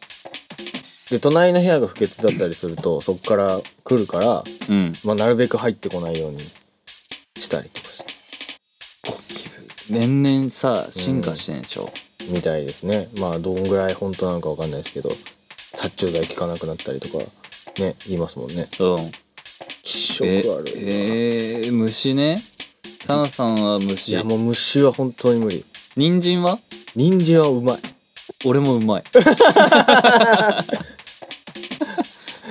[SPEAKER 2] で隣の部屋が不潔だったりするとそこから来るから、
[SPEAKER 1] うん
[SPEAKER 2] まあ、なるべく入ってこないようにしたりとかして
[SPEAKER 1] ゴキブリ年々さ進化してんでしょ、
[SPEAKER 2] みたいですねまあどんぐらい本当なのかわかんないですけど殺虫剤効かなくなったりとかね言いますもんね
[SPEAKER 1] うん。
[SPEAKER 2] 気
[SPEAKER 1] え
[SPEAKER 2] 色悪いな、
[SPEAKER 1] えー、虫ね。サナさんは虫。
[SPEAKER 2] いやもう虫は本当に無理
[SPEAKER 1] 人参は
[SPEAKER 2] 人参はうまい
[SPEAKER 1] 俺もうまい。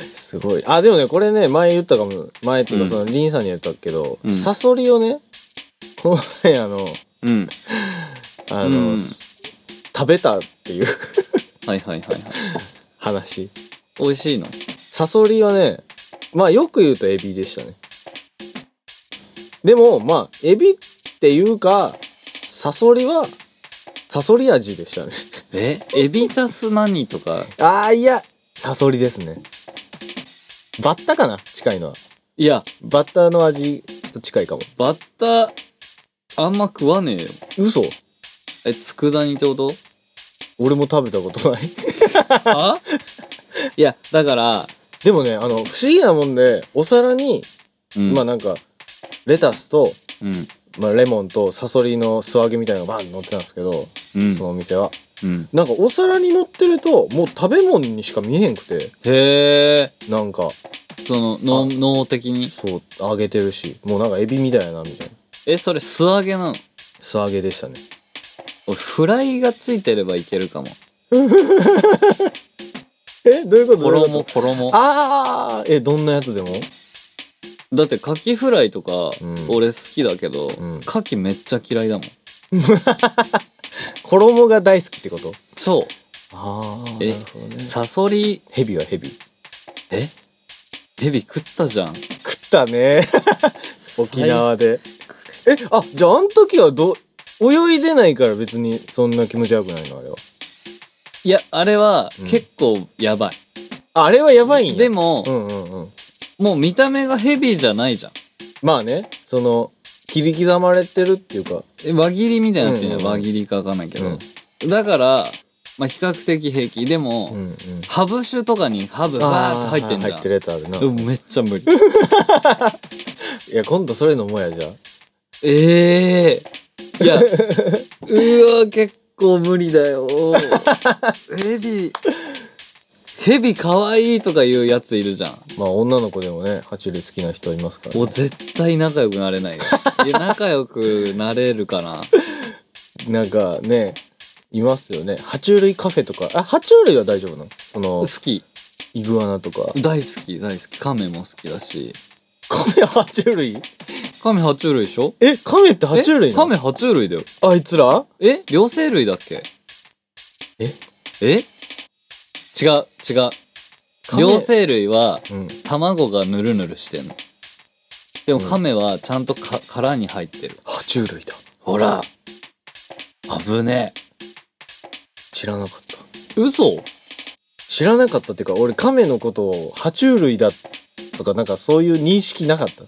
[SPEAKER 2] すごいあでもねこれね前言ったかも前っていう
[SPEAKER 1] うん
[SPEAKER 2] かそのリンさんに言ったけど、
[SPEAKER 1] うん
[SPEAKER 2] サソリをねこの前あの
[SPEAKER 1] うん。
[SPEAKER 2] あの、
[SPEAKER 1] うん
[SPEAKER 2] 食べたっていう
[SPEAKER 1] はいはいはいはい。
[SPEAKER 2] 話
[SPEAKER 1] 美味しいの
[SPEAKER 2] サソリはねまあよく言うとエビでしたねでもまあエビっていうかサソリはサソリ味でしたね
[SPEAKER 1] えエビタス何とか。
[SPEAKER 2] あーいやサソリですねバッタかな近いのはい
[SPEAKER 1] や、
[SPEAKER 2] バッタの味と近いかも
[SPEAKER 1] バッタ、あんま食わねえよ。
[SPEAKER 2] 嘘
[SPEAKER 1] え、佃煮って こと
[SPEAKER 2] 俺も食べたことない
[SPEAKER 1] あいや、だから、
[SPEAKER 2] でもねあの不思議なもんでお皿に、
[SPEAKER 1] うん。
[SPEAKER 2] まあなんかレタスと
[SPEAKER 1] うん。
[SPEAKER 2] まあ、レモンとサソリの素揚げみたいなのがバン乗ってたんですけど、
[SPEAKER 1] うん
[SPEAKER 2] そのお店は
[SPEAKER 1] うん。
[SPEAKER 2] なんかお皿に乗ってるともう食べ物にしか見えへんくて
[SPEAKER 1] へえ。
[SPEAKER 2] なんか
[SPEAKER 1] その、の脳的に。
[SPEAKER 2] そう揚げてるしもうなんかエビみたいやなみたいな
[SPEAKER 1] え、それ素揚げなの
[SPEAKER 2] 素揚げでしたね
[SPEAKER 1] 俺、フライがついてればいけるかも。
[SPEAKER 2] えどういうこと
[SPEAKER 1] 衣、衣。
[SPEAKER 2] ああえどんなやつでも
[SPEAKER 1] だって、カキフライとか
[SPEAKER 2] うん、
[SPEAKER 1] 俺好きだけど
[SPEAKER 2] うん、
[SPEAKER 1] カキめっちゃ嫌いだもん。
[SPEAKER 2] 衣が大好きってこと
[SPEAKER 1] そ
[SPEAKER 2] ああな
[SPEAKER 1] え
[SPEAKER 2] るほどね
[SPEAKER 1] う。サソリ、
[SPEAKER 2] ヘビはヘビ食
[SPEAKER 1] えヘビ食ったじゃん。
[SPEAKER 2] ったね 沖縄でえあじゃああの時はど泳いでないから別にそんな気持ち悪くないのあれはい
[SPEAKER 1] や、あれは
[SPEAKER 2] うん
[SPEAKER 1] 結構やばい。
[SPEAKER 2] ああれはやばいんや
[SPEAKER 1] でも、
[SPEAKER 2] うんうんうん
[SPEAKER 1] もう見た目がヘビーじゃないじゃん。
[SPEAKER 2] まあね、その、切り刻まれてるっていうか、
[SPEAKER 1] え輪切りみたいになってんじゃ
[SPEAKER 2] うん
[SPEAKER 1] ん。
[SPEAKER 2] うんうん
[SPEAKER 1] 輪切りかわかんないけど。
[SPEAKER 2] う
[SPEAKER 1] だから、まあ比較的平気。でも、
[SPEAKER 2] うんうん。
[SPEAKER 1] ハブ酒とかにハブバーって入ってんじ
[SPEAKER 2] あ
[SPEAKER 1] ゃ
[SPEAKER 2] ー入
[SPEAKER 1] ん
[SPEAKER 2] って。るやつあるな。
[SPEAKER 1] うん、めっちゃ無理。
[SPEAKER 2] いや、今度それ飲もうや、じゃあ。
[SPEAKER 1] ええい や、うわ、結構無理だよ。ヘビ、ヘビ可愛いとか言うやついるじゃん。
[SPEAKER 2] まあ、女の子でもね、爬虫類好きな人いますから、
[SPEAKER 1] もう絶対仲良くなれないよ。いや、仲良くなれるかな。
[SPEAKER 2] なんかね、いますよね。爬虫類カフェとか。あ、爬虫類は大丈夫なのその
[SPEAKER 1] 好、き。
[SPEAKER 2] イグアナとか。
[SPEAKER 1] 大好き、大好き。亀も好きだし。
[SPEAKER 2] カメ爬虫類
[SPEAKER 1] 亀爬虫類でしょ
[SPEAKER 2] え、カメって爬虫類
[SPEAKER 1] え
[SPEAKER 2] なの
[SPEAKER 1] 亀爬虫類だよ。
[SPEAKER 2] あいつら
[SPEAKER 1] え両生類だっけ
[SPEAKER 2] え
[SPEAKER 1] え違う、違う。
[SPEAKER 2] 亀
[SPEAKER 1] 両生類は、
[SPEAKER 2] うん。
[SPEAKER 1] 卵がぬるぬるしてんの。でも
[SPEAKER 2] うん
[SPEAKER 1] 亀はちゃんとか殻に入ってる。
[SPEAKER 2] 爬虫類だ。
[SPEAKER 1] ほら危ねえ。
[SPEAKER 2] 知らなかった。
[SPEAKER 1] 嘘
[SPEAKER 2] 知らなかったっていうか、俺カメのことを爬虫類だとか、なんかそういう認識なかった。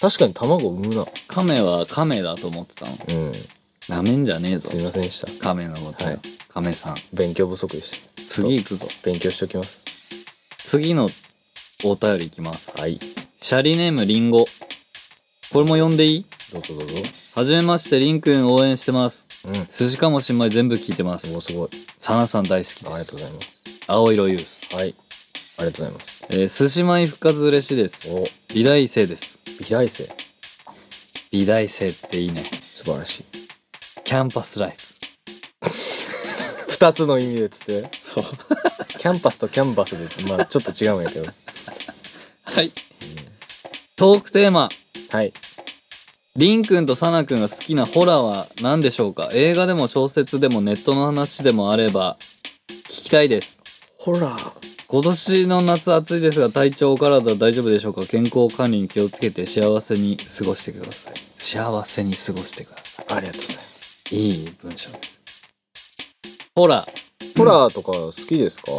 [SPEAKER 2] 確かに卵産むな。
[SPEAKER 1] 亀は亀だと思ってたの。
[SPEAKER 2] うん。
[SPEAKER 1] なめんじゃねえぞ
[SPEAKER 2] す。みませんでした。
[SPEAKER 1] 亀のこと、
[SPEAKER 2] はい
[SPEAKER 1] 亀さん。
[SPEAKER 2] 勉強不足でした。
[SPEAKER 1] 次行くぞ。
[SPEAKER 2] 勉強しておきます。
[SPEAKER 1] 次のお便りいきます。
[SPEAKER 2] はい。
[SPEAKER 1] シャリネームリンゴ。これも読んでいい
[SPEAKER 2] どうぞどうぞ。
[SPEAKER 1] はじめまして、リンくん応援してます。
[SPEAKER 2] うん。
[SPEAKER 1] 寿司かもしんまい全部聞いてま
[SPEAKER 2] お
[SPEAKER 1] す
[SPEAKER 2] お。すごい。
[SPEAKER 1] サナさん大好き
[SPEAKER 2] あ
[SPEAKER 1] で
[SPEAKER 2] りが
[SPEAKER 1] す
[SPEAKER 2] とう。ございます。
[SPEAKER 1] 青色ユース。
[SPEAKER 2] はい。ありがとうございます。
[SPEAKER 1] えー、寿司米復活嬉しいです。
[SPEAKER 2] お
[SPEAKER 1] 美大生です。
[SPEAKER 2] 美大生。
[SPEAKER 1] 美大生っていいね。
[SPEAKER 2] 素晴らしい。
[SPEAKER 1] キャンパスライフ。
[SPEAKER 2] 二つの意味でつって。
[SPEAKER 1] そう。
[SPEAKER 2] キャンパスとキャンバスで、まあちょっと違うんや けど。
[SPEAKER 1] はい。トークテーマ。
[SPEAKER 2] はい。
[SPEAKER 1] リンくんとサナくんが好きなホラーは何でしょうか映画でも小説でもネットの話でもあれば聞きたいです。
[SPEAKER 2] ほら。は
[SPEAKER 1] 今年の夏暑いですが体調お体大丈夫でしょうか健康管理に気をつけて幸せに過ごしてください。幸せに過ごしてくださ
[SPEAKER 2] ありがとうございます。
[SPEAKER 1] い。いい文章です。ホラー。
[SPEAKER 2] ホラーとか好きですか、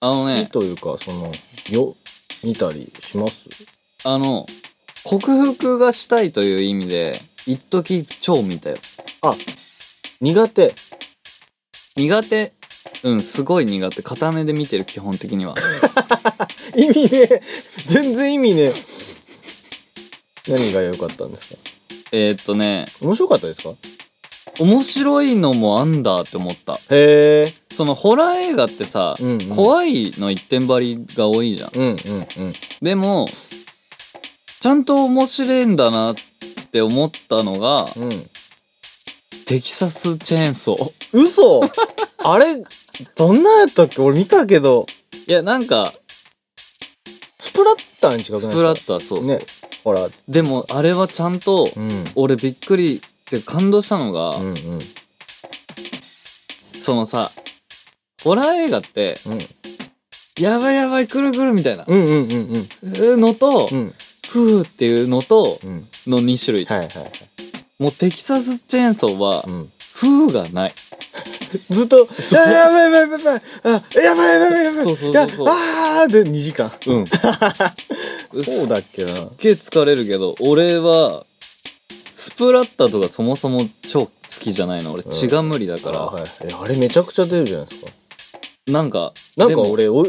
[SPEAKER 1] あの
[SPEAKER 2] 好き
[SPEAKER 1] ね、
[SPEAKER 2] というか、その、よ、見たりします
[SPEAKER 1] あの、克服がしたいという意味で、一時超見たよ。
[SPEAKER 2] あ、苦手。
[SPEAKER 1] 苦手。うん、すごい苦手。固めで見てる、基本的には。
[SPEAKER 2] 意味ねえ。全然意味ねえ。何が良かったんですか
[SPEAKER 1] えーっとね、
[SPEAKER 2] 面白かったですか
[SPEAKER 1] 面白いのもあんだって思った。
[SPEAKER 2] へえ
[SPEAKER 1] そのホラー映画ってさ、
[SPEAKER 2] うんうん
[SPEAKER 1] 怖いの一点張りが多いじゃん。
[SPEAKER 2] うんうんうん
[SPEAKER 1] でも、ちゃんと面白いんだなって思ったのが、
[SPEAKER 2] うん
[SPEAKER 1] テキサスチェーンソー。
[SPEAKER 2] 嘘あれどんなんやったっけ俺見たけど
[SPEAKER 1] いや、なんか、
[SPEAKER 2] スプラッターに近くないです
[SPEAKER 1] ス
[SPEAKER 2] か
[SPEAKER 1] プラッターそうそう、
[SPEAKER 2] ねほら
[SPEAKER 1] でも、あれはちゃんと、
[SPEAKER 2] うん
[SPEAKER 1] 俺びっくりって感動したのが、
[SPEAKER 2] うんうん
[SPEAKER 1] そのさ、ホラー映画って、
[SPEAKER 2] うん
[SPEAKER 1] やばいやばい、くるくるみたいな、
[SPEAKER 2] うんうんうんうん
[SPEAKER 1] うーのと、
[SPEAKER 2] うん
[SPEAKER 1] ふーっていうのと、
[SPEAKER 2] うん
[SPEAKER 1] の2種類。
[SPEAKER 2] はいはいはい
[SPEAKER 1] もうテキサスチェーンソーは、
[SPEAKER 2] うん
[SPEAKER 1] ふーがない。
[SPEAKER 2] ずっと「ややばいやばいやばいあやばいやばいやばいやばい
[SPEAKER 1] そうそう
[SPEAKER 2] や
[SPEAKER 1] そうそう
[SPEAKER 2] あー」で2時間
[SPEAKER 1] うん。
[SPEAKER 2] そうだっけな
[SPEAKER 1] すっげえ疲れるけど、俺は、スプラッタとかそもそも超好きじゃないの。俺血が無理だ
[SPEAKER 2] あ,、
[SPEAKER 1] か。
[SPEAKER 2] はい、えあれめちゃくちゃ出るじゃないですから
[SPEAKER 1] なんか、
[SPEAKER 2] なんか
[SPEAKER 1] でも、
[SPEAKER 2] 俺お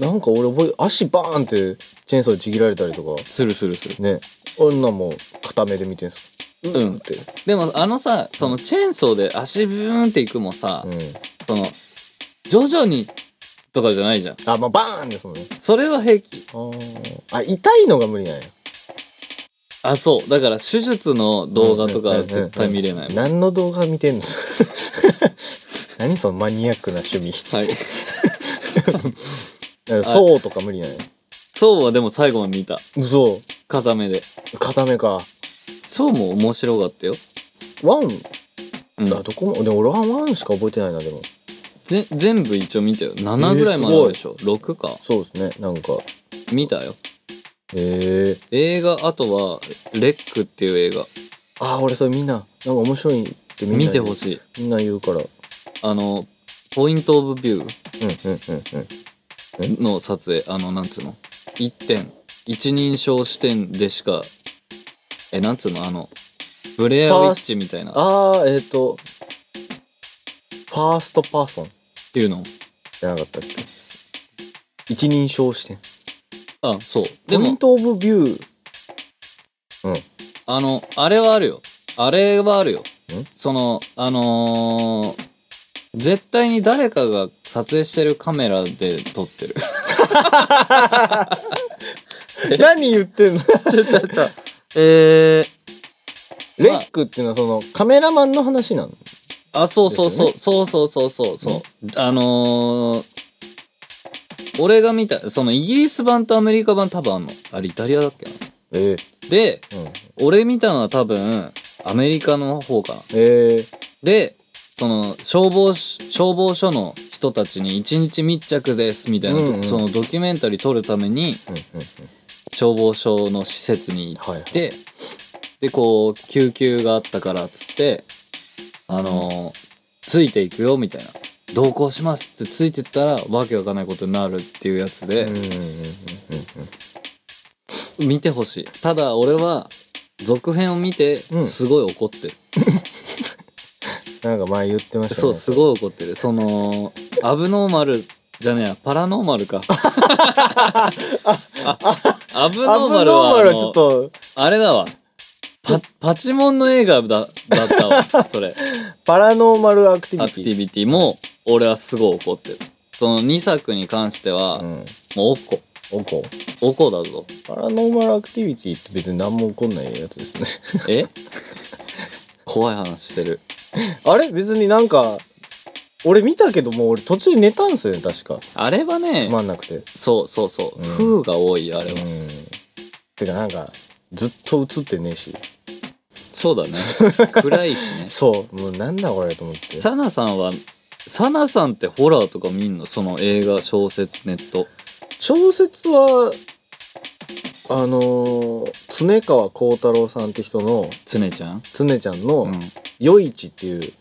[SPEAKER 2] なんか俺覚え足バーンってチェーンソーでちぎられたりとか
[SPEAKER 1] するするする。
[SPEAKER 2] ね女も固めで見てんす
[SPEAKER 1] うん
[SPEAKER 2] っ。て
[SPEAKER 1] でもあのさ、そのチェーンソーで足ブーンっていくもさ、
[SPEAKER 2] うん
[SPEAKER 1] その、徐々にとかじゃないじゃん。
[SPEAKER 2] あまあバーンですもんね
[SPEAKER 1] それは平気。
[SPEAKER 2] あーあ痛いのが無理なんや
[SPEAKER 1] あ、そう。だから手術の動画とかは
[SPEAKER 2] うんうんうんうん
[SPEAKER 1] 絶対見れない。
[SPEAKER 2] 何の動画見てんの 何そのマニアックな趣味
[SPEAKER 1] はい。
[SPEAKER 2] そうとか無理なんや
[SPEAKER 1] そうはでも最後まで見た。
[SPEAKER 2] 嘘
[SPEAKER 1] 固めで。
[SPEAKER 2] 固めか
[SPEAKER 1] そうも面白かったよ。
[SPEAKER 2] ワン
[SPEAKER 1] うん
[SPEAKER 2] あどこもでも俺はワンしか覚えてないなでも
[SPEAKER 1] ぜ全部一応見たよ7ぐらいまであるでしょ、6か
[SPEAKER 2] そうですねなんか
[SPEAKER 1] 見たよ
[SPEAKER 2] へえー、
[SPEAKER 1] 映画あとは「レック」っていう映画
[SPEAKER 2] あー俺それみんななんか面白いってみんな
[SPEAKER 1] 見てほ
[SPEAKER 2] い
[SPEAKER 1] しい
[SPEAKER 2] みんな言うからうんうん
[SPEAKER 1] あのポイント・オブ・ビュ
[SPEAKER 2] うんうん
[SPEAKER 1] ーの撮影あのなんつうの一点一人称視点でしかえなんつうのあのブレアウィッチみたいなっ
[SPEAKER 2] あーえっ、ー、とファーストパーソン
[SPEAKER 1] ていうの
[SPEAKER 2] じゃなかったっけ一人称視点
[SPEAKER 1] あそうで
[SPEAKER 2] ポイン
[SPEAKER 1] も
[SPEAKER 2] トオブビュー
[SPEAKER 1] あのあれはあるよあれはあるよそのあのー絶対に誰かが撮影してるカメラで撮ってる
[SPEAKER 2] 何言ってんの
[SPEAKER 1] ちょちょちょ。 えー、
[SPEAKER 2] レックっていうのはそのカメラマンの話なの
[SPEAKER 1] あ、そうそうそう、そうそうそうそうそう。あのー、俺が見た、そのイギリス版とアメリカ版多分あんの。あれイタリアだっけな。
[SPEAKER 2] えー、
[SPEAKER 1] で、
[SPEAKER 2] うん
[SPEAKER 1] 俺見たのは多分、アメリカの方かな。
[SPEAKER 2] えー、
[SPEAKER 1] で、その、消防し、消防署の人たちに一日密着です、みたいな、
[SPEAKER 2] うんうん
[SPEAKER 1] そのドキュメンタリー撮るために、
[SPEAKER 2] うんうんうん
[SPEAKER 1] 消防署の施設に行
[SPEAKER 2] はいは
[SPEAKER 1] っ
[SPEAKER 2] い
[SPEAKER 1] て、でこう救急があったからっつってあのーついていくよみたいな同行しますっつってついてったらわけわかんないことになるっていうやつ
[SPEAKER 2] うん
[SPEAKER 1] で、
[SPEAKER 2] うんうんうん
[SPEAKER 1] 見てほしいただ俺は続編を見て
[SPEAKER 2] うん
[SPEAKER 1] すごい怒ってる、
[SPEAKER 2] なんか前言ってましたね
[SPEAKER 1] そうすごい怒ってるそのアブノーマルじゃねえやパラノーマル かあアブ
[SPEAKER 2] ア
[SPEAKER 1] ノー
[SPEAKER 2] ブ
[SPEAKER 1] マル
[SPEAKER 2] ノーマ
[SPEAKER 1] は
[SPEAKER 2] ル
[SPEAKER 1] あ
[SPEAKER 2] はちょ
[SPEAKER 1] の
[SPEAKER 2] っと
[SPEAKER 1] あれだわ。パ、パチモンの映画だ、だった わ。それ。
[SPEAKER 2] パラノーマルアクティ
[SPEAKER 1] ア
[SPEAKER 2] ビ
[SPEAKER 1] ク
[SPEAKER 2] テ
[SPEAKER 1] テ
[SPEAKER 2] ィ
[SPEAKER 1] ィビティも、俺はすごい怒ってる。その2作に関しては、
[SPEAKER 2] うん
[SPEAKER 1] もうおっこ。
[SPEAKER 2] おこ
[SPEAKER 1] おこだぞ。
[SPEAKER 2] パラノーマルアクティビティって別に何も起こんないやつですね
[SPEAKER 1] え怖い話してる。
[SPEAKER 2] あれ別になんか、俺見たけどもう俺途中で寝たんすよね、確か。
[SPEAKER 1] あれはね
[SPEAKER 2] つ、まんなくて。
[SPEAKER 1] そうそうそう。
[SPEAKER 2] うん
[SPEAKER 1] 風が多い、あれ
[SPEAKER 2] う
[SPEAKER 1] は。
[SPEAKER 2] ん。てかなんか、ずっと映ってねえし。
[SPEAKER 1] そうだね。暗いし ね。
[SPEAKER 2] そう。もうなんだこれと思って。
[SPEAKER 1] サナさんは、サナさんってホラーとか見んのその映画、小説、ネット。
[SPEAKER 2] 小説は、あのー、常川幸太郎さんって人の、
[SPEAKER 1] つねちゃん
[SPEAKER 2] 常ちゃん
[SPEAKER 1] う
[SPEAKER 2] の
[SPEAKER 1] ん。、
[SPEAKER 2] 夜市っていう、
[SPEAKER 1] うん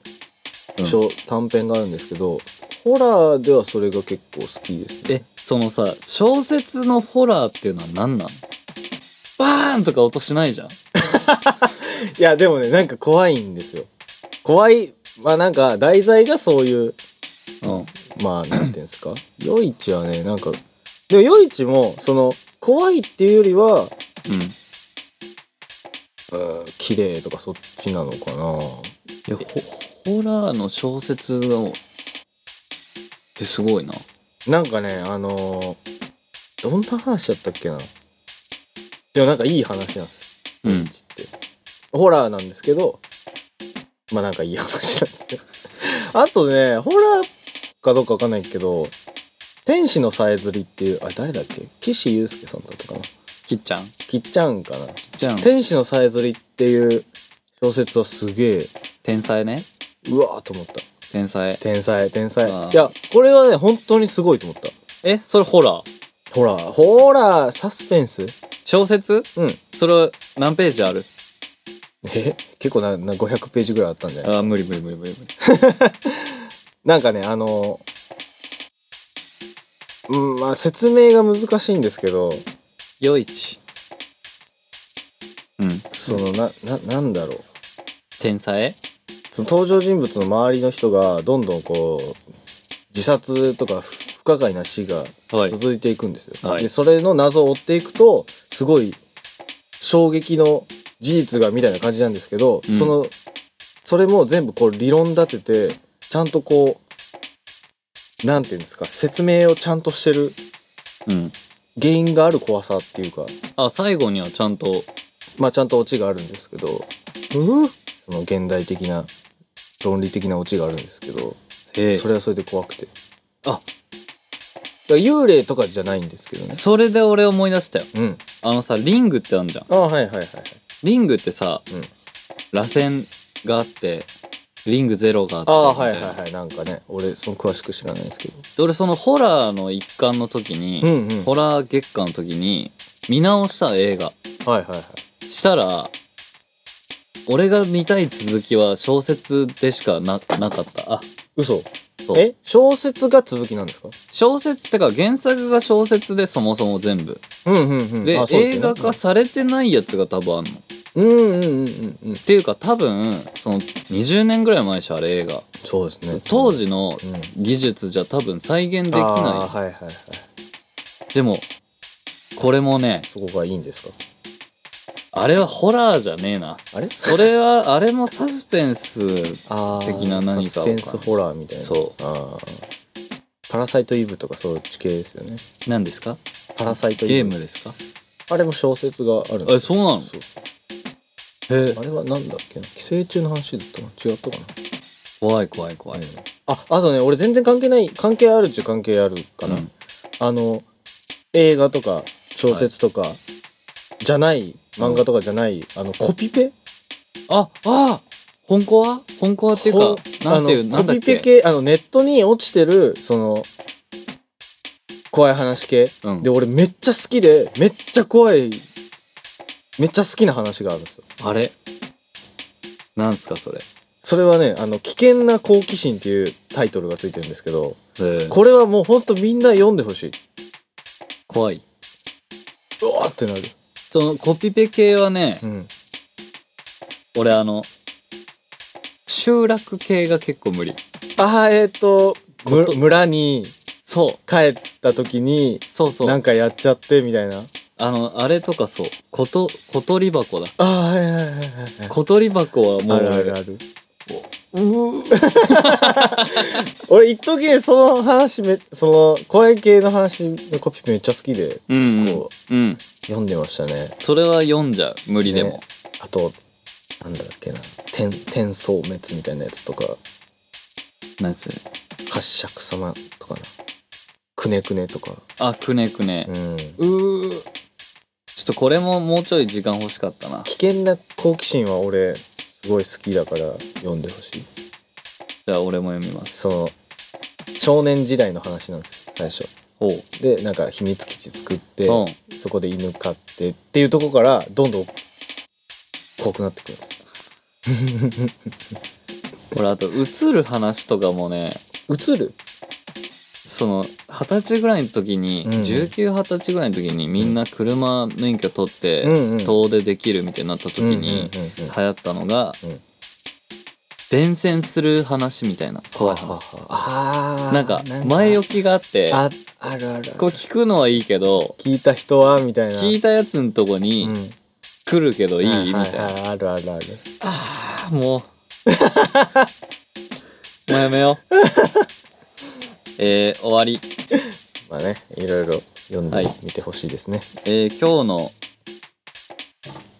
[SPEAKER 2] 小短編があるんですけど、ホラーではそれが結構好きですね。
[SPEAKER 1] えそのさ小説のホラーっていうのは何なのバーンとか音しないじゃん
[SPEAKER 2] いや、でもね、なんか怖いんですよ。怖い、まあなんか、題材がそうい
[SPEAKER 1] う
[SPEAKER 2] う、
[SPEAKER 1] ん
[SPEAKER 2] まあ、なんていうんですか。夜市はね、なんか、でも夜市も、その、怖いっていうよりは、
[SPEAKER 1] う
[SPEAKER 2] うん綺麗とかそっちなのかな。
[SPEAKER 1] いやホホラーの小説のってすごいな
[SPEAKER 2] なんかねあのーどんな話だったっけなでもなんかいい話なんです
[SPEAKER 1] うん
[SPEAKER 2] ホラーなんですけどまあなんかいい話なんであとねホラーかどうかわかんないけど「天使のさえずり」っていうあれ誰だっけ岸優介さんだったかな
[SPEAKER 1] きっちゃんき
[SPEAKER 2] きっちゃんかな
[SPEAKER 1] っちゃん
[SPEAKER 2] 「天使のさえずり」っていう小説はすげえ
[SPEAKER 1] 天才ね
[SPEAKER 2] うわーと思った
[SPEAKER 1] 天才
[SPEAKER 2] 天才天才
[SPEAKER 1] あー
[SPEAKER 2] いやこれはね本当にすごいと思った
[SPEAKER 1] えそれホラー
[SPEAKER 2] ほらほらサスペンス
[SPEAKER 1] 小説
[SPEAKER 2] うん
[SPEAKER 1] それ何ページある
[SPEAKER 2] え結構なな500ページぐらいあったんじゃない
[SPEAKER 1] あー無理無理無理無理無理
[SPEAKER 2] なんかねあのうんまあ説明が難しいんですけど
[SPEAKER 1] よいちうん
[SPEAKER 2] そのなななんだろう
[SPEAKER 1] 天才
[SPEAKER 2] その登場人物の周りの人がどんどんこう自殺とか不不可解な死が
[SPEAKER 1] はい
[SPEAKER 2] 続いていくんですよ、
[SPEAKER 1] はい
[SPEAKER 2] でそれの謎を追っていくとすごい衝撃の事実がみたいな感じなんですけど、
[SPEAKER 1] うん
[SPEAKER 2] そのそれも全部こう理論立ててちゃんとこうなんていうんですか説明をちゃんとしてる
[SPEAKER 1] うん
[SPEAKER 2] 原因がある怖さっていうか
[SPEAKER 1] あ最後にはちゃんと
[SPEAKER 2] まあちゃんとオチがあるんですけど、その現代的な論理的なオチがあるんですけど。
[SPEAKER 1] え
[SPEAKER 2] それはそれで怖くてだ
[SPEAKER 1] あ
[SPEAKER 2] から幽霊とかじゃないんですけどね
[SPEAKER 1] それで俺思い出したよ
[SPEAKER 2] うん
[SPEAKER 1] あのさリングってあるじゃん
[SPEAKER 2] あはいはいはいはい
[SPEAKER 1] リングってさ、
[SPEAKER 2] うん
[SPEAKER 1] 螺旋があってリングゼロがあって
[SPEAKER 2] ああは
[SPEAKER 1] み
[SPEAKER 2] い
[SPEAKER 1] た
[SPEAKER 2] はい
[SPEAKER 1] いな
[SPEAKER 2] はいなんかね俺その詳しく知らないですけど
[SPEAKER 1] で俺そのホラーの一環の時に、
[SPEAKER 2] うんうん
[SPEAKER 1] ホラー月間の時に見直した映画
[SPEAKER 2] はいはいはい
[SPEAKER 1] したら俺が見たい続きは小説でしかななかったあ
[SPEAKER 2] 嘘
[SPEAKER 1] そう
[SPEAKER 2] え小説が続きなんですか
[SPEAKER 1] 小説ってか原作が小説でそもそも全部
[SPEAKER 2] うんうんうん
[SPEAKER 1] で
[SPEAKER 2] あそうす
[SPEAKER 1] 映
[SPEAKER 2] よね
[SPEAKER 1] 画化されてないやつが多分あんのっ
[SPEAKER 2] うんうんうんうんうん
[SPEAKER 1] ていうか多分その20年ぐらい前でしょあれ映画
[SPEAKER 2] そうですね
[SPEAKER 1] 当
[SPEAKER 2] 時
[SPEAKER 1] 時の
[SPEAKER 2] うん
[SPEAKER 1] 技術じゃ多分再現できない、
[SPEAKER 2] はいはいはい
[SPEAKER 1] でもこれもね
[SPEAKER 2] そこがいいんですか
[SPEAKER 1] あれはホラーじゃねえな
[SPEAKER 2] あれ
[SPEAKER 1] それは あれもサスペンス
[SPEAKER 2] あー
[SPEAKER 1] 的な何か
[SPEAKER 2] サ
[SPEAKER 1] を
[SPEAKER 2] スペンスホラーみたいな
[SPEAKER 1] そう
[SPEAKER 2] あーパラサイトイブとかそういう地形ですよね
[SPEAKER 1] 何ですか
[SPEAKER 2] パラサイトイブ
[SPEAKER 1] ゲームですか
[SPEAKER 2] あれも小説があるんです
[SPEAKER 1] えそうなの
[SPEAKER 2] そう
[SPEAKER 1] へえ
[SPEAKER 2] あれはなんだっけな寄生虫の話だったの違ったかな
[SPEAKER 1] 怖い怖い怖い、
[SPEAKER 2] あ、あとね、俺全然関係ない、関係あるっちゅう関係あるかな。
[SPEAKER 1] うん
[SPEAKER 2] あの、映画とか小説とか、じゃない、漫画とかじゃない、あの、コピペ
[SPEAKER 1] ああ本コア本コアっていう
[SPEAKER 2] ほん
[SPEAKER 1] かなんていう
[SPEAKER 2] あ
[SPEAKER 1] な
[SPEAKER 2] の
[SPEAKER 1] んだっ
[SPEAKER 2] コピペ
[SPEAKER 1] け
[SPEAKER 2] 系、あの、ネットに落ちてる、その、怖い話系、
[SPEAKER 1] うん
[SPEAKER 2] で、俺めっちゃ好きで、めっちゃ怖い、めっちゃ好きな話があるんですよ。
[SPEAKER 1] あれなんすかそれ
[SPEAKER 2] それはね、あの、危険な好奇心っていうタイトルがついてるんですけど、
[SPEAKER 1] へえ
[SPEAKER 2] これはもうほんとみんな読んでほしい。
[SPEAKER 1] 怖いう
[SPEAKER 2] わーってなる。
[SPEAKER 1] そのコピペ系はね
[SPEAKER 2] うん。
[SPEAKER 1] 俺あの集落系が結構無理
[SPEAKER 2] ああ、えっ、と、む
[SPEAKER 1] こと
[SPEAKER 2] 村に
[SPEAKER 1] そう
[SPEAKER 2] 帰った時に、
[SPEAKER 1] そうそう
[SPEAKER 2] なんかやっちゃってみたいな。
[SPEAKER 1] あの、あれとかそう。こと、小鳥箱だ。
[SPEAKER 2] ああ、はいはいはいはいはい。
[SPEAKER 1] 小鳥箱はもう、
[SPEAKER 2] あるあるある。
[SPEAKER 1] うー
[SPEAKER 2] 俺、一時ねその話め、その、声系の話のコピペめっちゃ好きで、
[SPEAKER 1] うん、うん
[SPEAKER 2] こう、
[SPEAKER 1] うん。
[SPEAKER 2] 読んでましたね。
[SPEAKER 1] それは読んじゃう。無理でも。
[SPEAKER 2] ねあと、なんだっけな、天、天草滅みたいなやつとか、
[SPEAKER 1] 何それ。
[SPEAKER 2] 八尺様とかな。くねくねとか。
[SPEAKER 1] あ、くねくね
[SPEAKER 2] う。ん。
[SPEAKER 1] うー。ちょっとこれももうちょい時間欲しかったな。
[SPEAKER 2] 危険な好奇心は俺、すごい好きだから、読んでほしい。
[SPEAKER 1] じゃあ俺も読みます。
[SPEAKER 2] その少年時代の話なんですよ最初
[SPEAKER 1] おう。
[SPEAKER 2] でなんか秘密基地作って、
[SPEAKER 1] うん
[SPEAKER 2] そこで犬飼ってっていうとこからどんどん怖くなってくる
[SPEAKER 1] 俺あと、映る話とかもね、
[SPEAKER 2] 映る
[SPEAKER 1] その、二十歳ぐらいの時に、
[SPEAKER 2] うん
[SPEAKER 1] 19、二十歳ぐらいの時にみんな車免許取って、
[SPEAKER 2] うんうん
[SPEAKER 1] 遠出できるみたいになった時に、
[SPEAKER 2] うんうんうんうん
[SPEAKER 1] 流行ったのが、
[SPEAKER 2] うん
[SPEAKER 1] 伝染する話みたいな怖い話
[SPEAKER 2] あー
[SPEAKER 1] なんか前置きがあって
[SPEAKER 2] ああるあるある
[SPEAKER 1] こう聞くのはいいけど
[SPEAKER 2] 聞いた人はみたいな
[SPEAKER 1] 聞いたやつのとこ
[SPEAKER 2] う
[SPEAKER 1] に
[SPEAKER 2] ん
[SPEAKER 1] 来るけどいいみたいな
[SPEAKER 2] は ははあるあるある
[SPEAKER 1] もうもうやめよう。えー、終わり。
[SPEAKER 2] まあね、いろいろ読ん
[SPEAKER 1] は
[SPEAKER 2] で
[SPEAKER 1] い
[SPEAKER 2] みてほしいですね。
[SPEAKER 1] えー、今日の、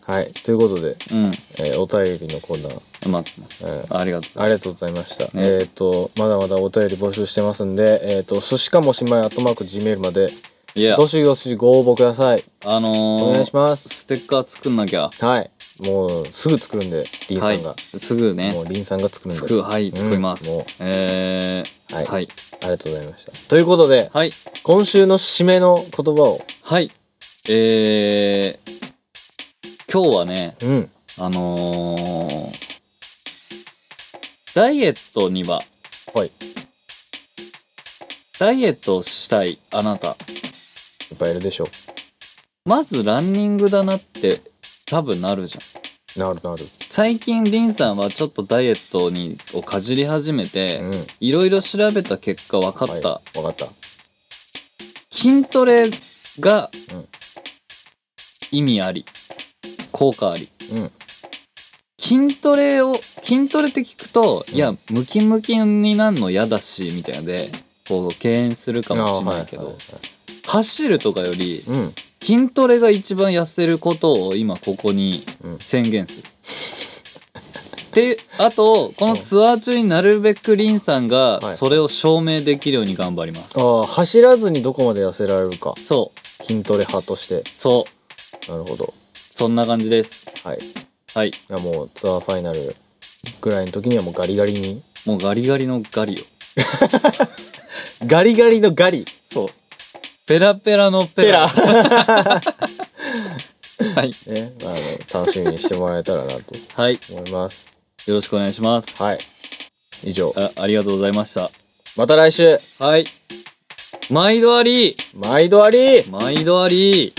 [SPEAKER 2] はい、ということで、
[SPEAKER 1] うん、
[SPEAKER 2] えーお便りのコーナー、
[SPEAKER 1] まあ、
[SPEAKER 2] えー
[SPEAKER 1] ありがとう。
[SPEAKER 2] ありがとうございました。
[SPEAKER 1] ね
[SPEAKER 2] えっ、と、まだまだお便り募集してますんで、えっ、と、寿司かもしまい、あとマーク Gmail まで、
[SPEAKER 1] いや
[SPEAKER 2] ど、しどしご応募ください。
[SPEAKER 1] あのー、
[SPEAKER 2] お願いします。
[SPEAKER 1] ステッカー作んなきゃ。
[SPEAKER 2] はい。もう、すぐ作るんで、リンさ
[SPEAKER 1] はい。
[SPEAKER 2] んが。
[SPEAKER 1] すぐね
[SPEAKER 2] も。う、リンさんが作るんで。
[SPEAKER 1] 作る、はい、
[SPEAKER 2] うん
[SPEAKER 1] 作ります
[SPEAKER 2] もう。
[SPEAKER 1] えー、
[SPEAKER 2] はい
[SPEAKER 1] はい。
[SPEAKER 2] ありがとうございました。ということで、
[SPEAKER 1] はい。
[SPEAKER 2] 今週の締めの言葉を、
[SPEAKER 1] はい。えー、今日はね、
[SPEAKER 2] うん。
[SPEAKER 1] あのー、ダイエットには、
[SPEAKER 2] はい。
[SPEAKER 1] ダイエットをしたいあなた、
[SPEAKER 2] いっぱいいるでしょ
[SPEAKER 1] まずランニングだなって多分なるじゃん。
[SPEAKER 2] う。なるなる。
[SPEAKER 1] 最近リンさんはちょっとダイエットにをかじり始めて、
[SPEAKER 2] うん。
[SPEAKER 1] いろいろ調べた結果分かった、
[SPEAKER 2] はい、わかった。
[SPEAKER 1] 筋トレが
[SPEAKER 2] うん
[SPEAKER 1] 意味あり効果あり
[SPEAKER 2] うん。
[SPEAKER 1] 筋トレを筋トレって聞くと、
[SPEAKER 2] うん
[SPEAKER 1] いやムキムキになるの嫌だしみたいなのでこう敬遠するかもしれないけど、
[SPEAKER 2] あーはい
[SPEAKER 1] 走るとかより
[SPEAKER 2] はいはい
[SPEAKER 1] 筋トレが一番痩せることを今ここに
[SPEAKER 2] うん。うん。
[SPEAKER 1] 宣言する。であとこのツアー中になるべくリンさんが
[SPEAKER 2] はい
[SPEAKER 1] それを証明できるように頑張ります。
[SPEAKER 2] ああ、走らずにどこまで痩せられるか。
[SPEAKER 1] そう
[SPEAKER 2] 筋トレ派として。
[SPEAKER 1] そう
[SPEAKER 2] なるほど。
[SPEAKER 1] そんな感じです。
[SPEAKER 2] はい。
[SPEAKER 1] はい
[SPEAKER 2] いやもうツアーファイナルぐらいの時にはもうガリガリに
[SPEAKER 1] もうガリガリのガリよ。
[SPEAKER 2] ガリガリのガリ
[SPEAKER 1] そう。ペラペラのペラ。はい。
[SPEAKER 2] ね、あの楽しみにしてもらえたらなと
[SPEAKER 1] はい。よ
[SPEAKER 2] 思います
[SPEAKER 1] ろしくお願いします。
[SPEAKER 2] はい以上
[SPEAKER 1] あありがとうございまし
[SPEAKER 2] また来週
[SPEAKER 1] た。はい。毎度あり
[SPEAKER 2] 毎度あり
[SPEAKER 1] 毎度あり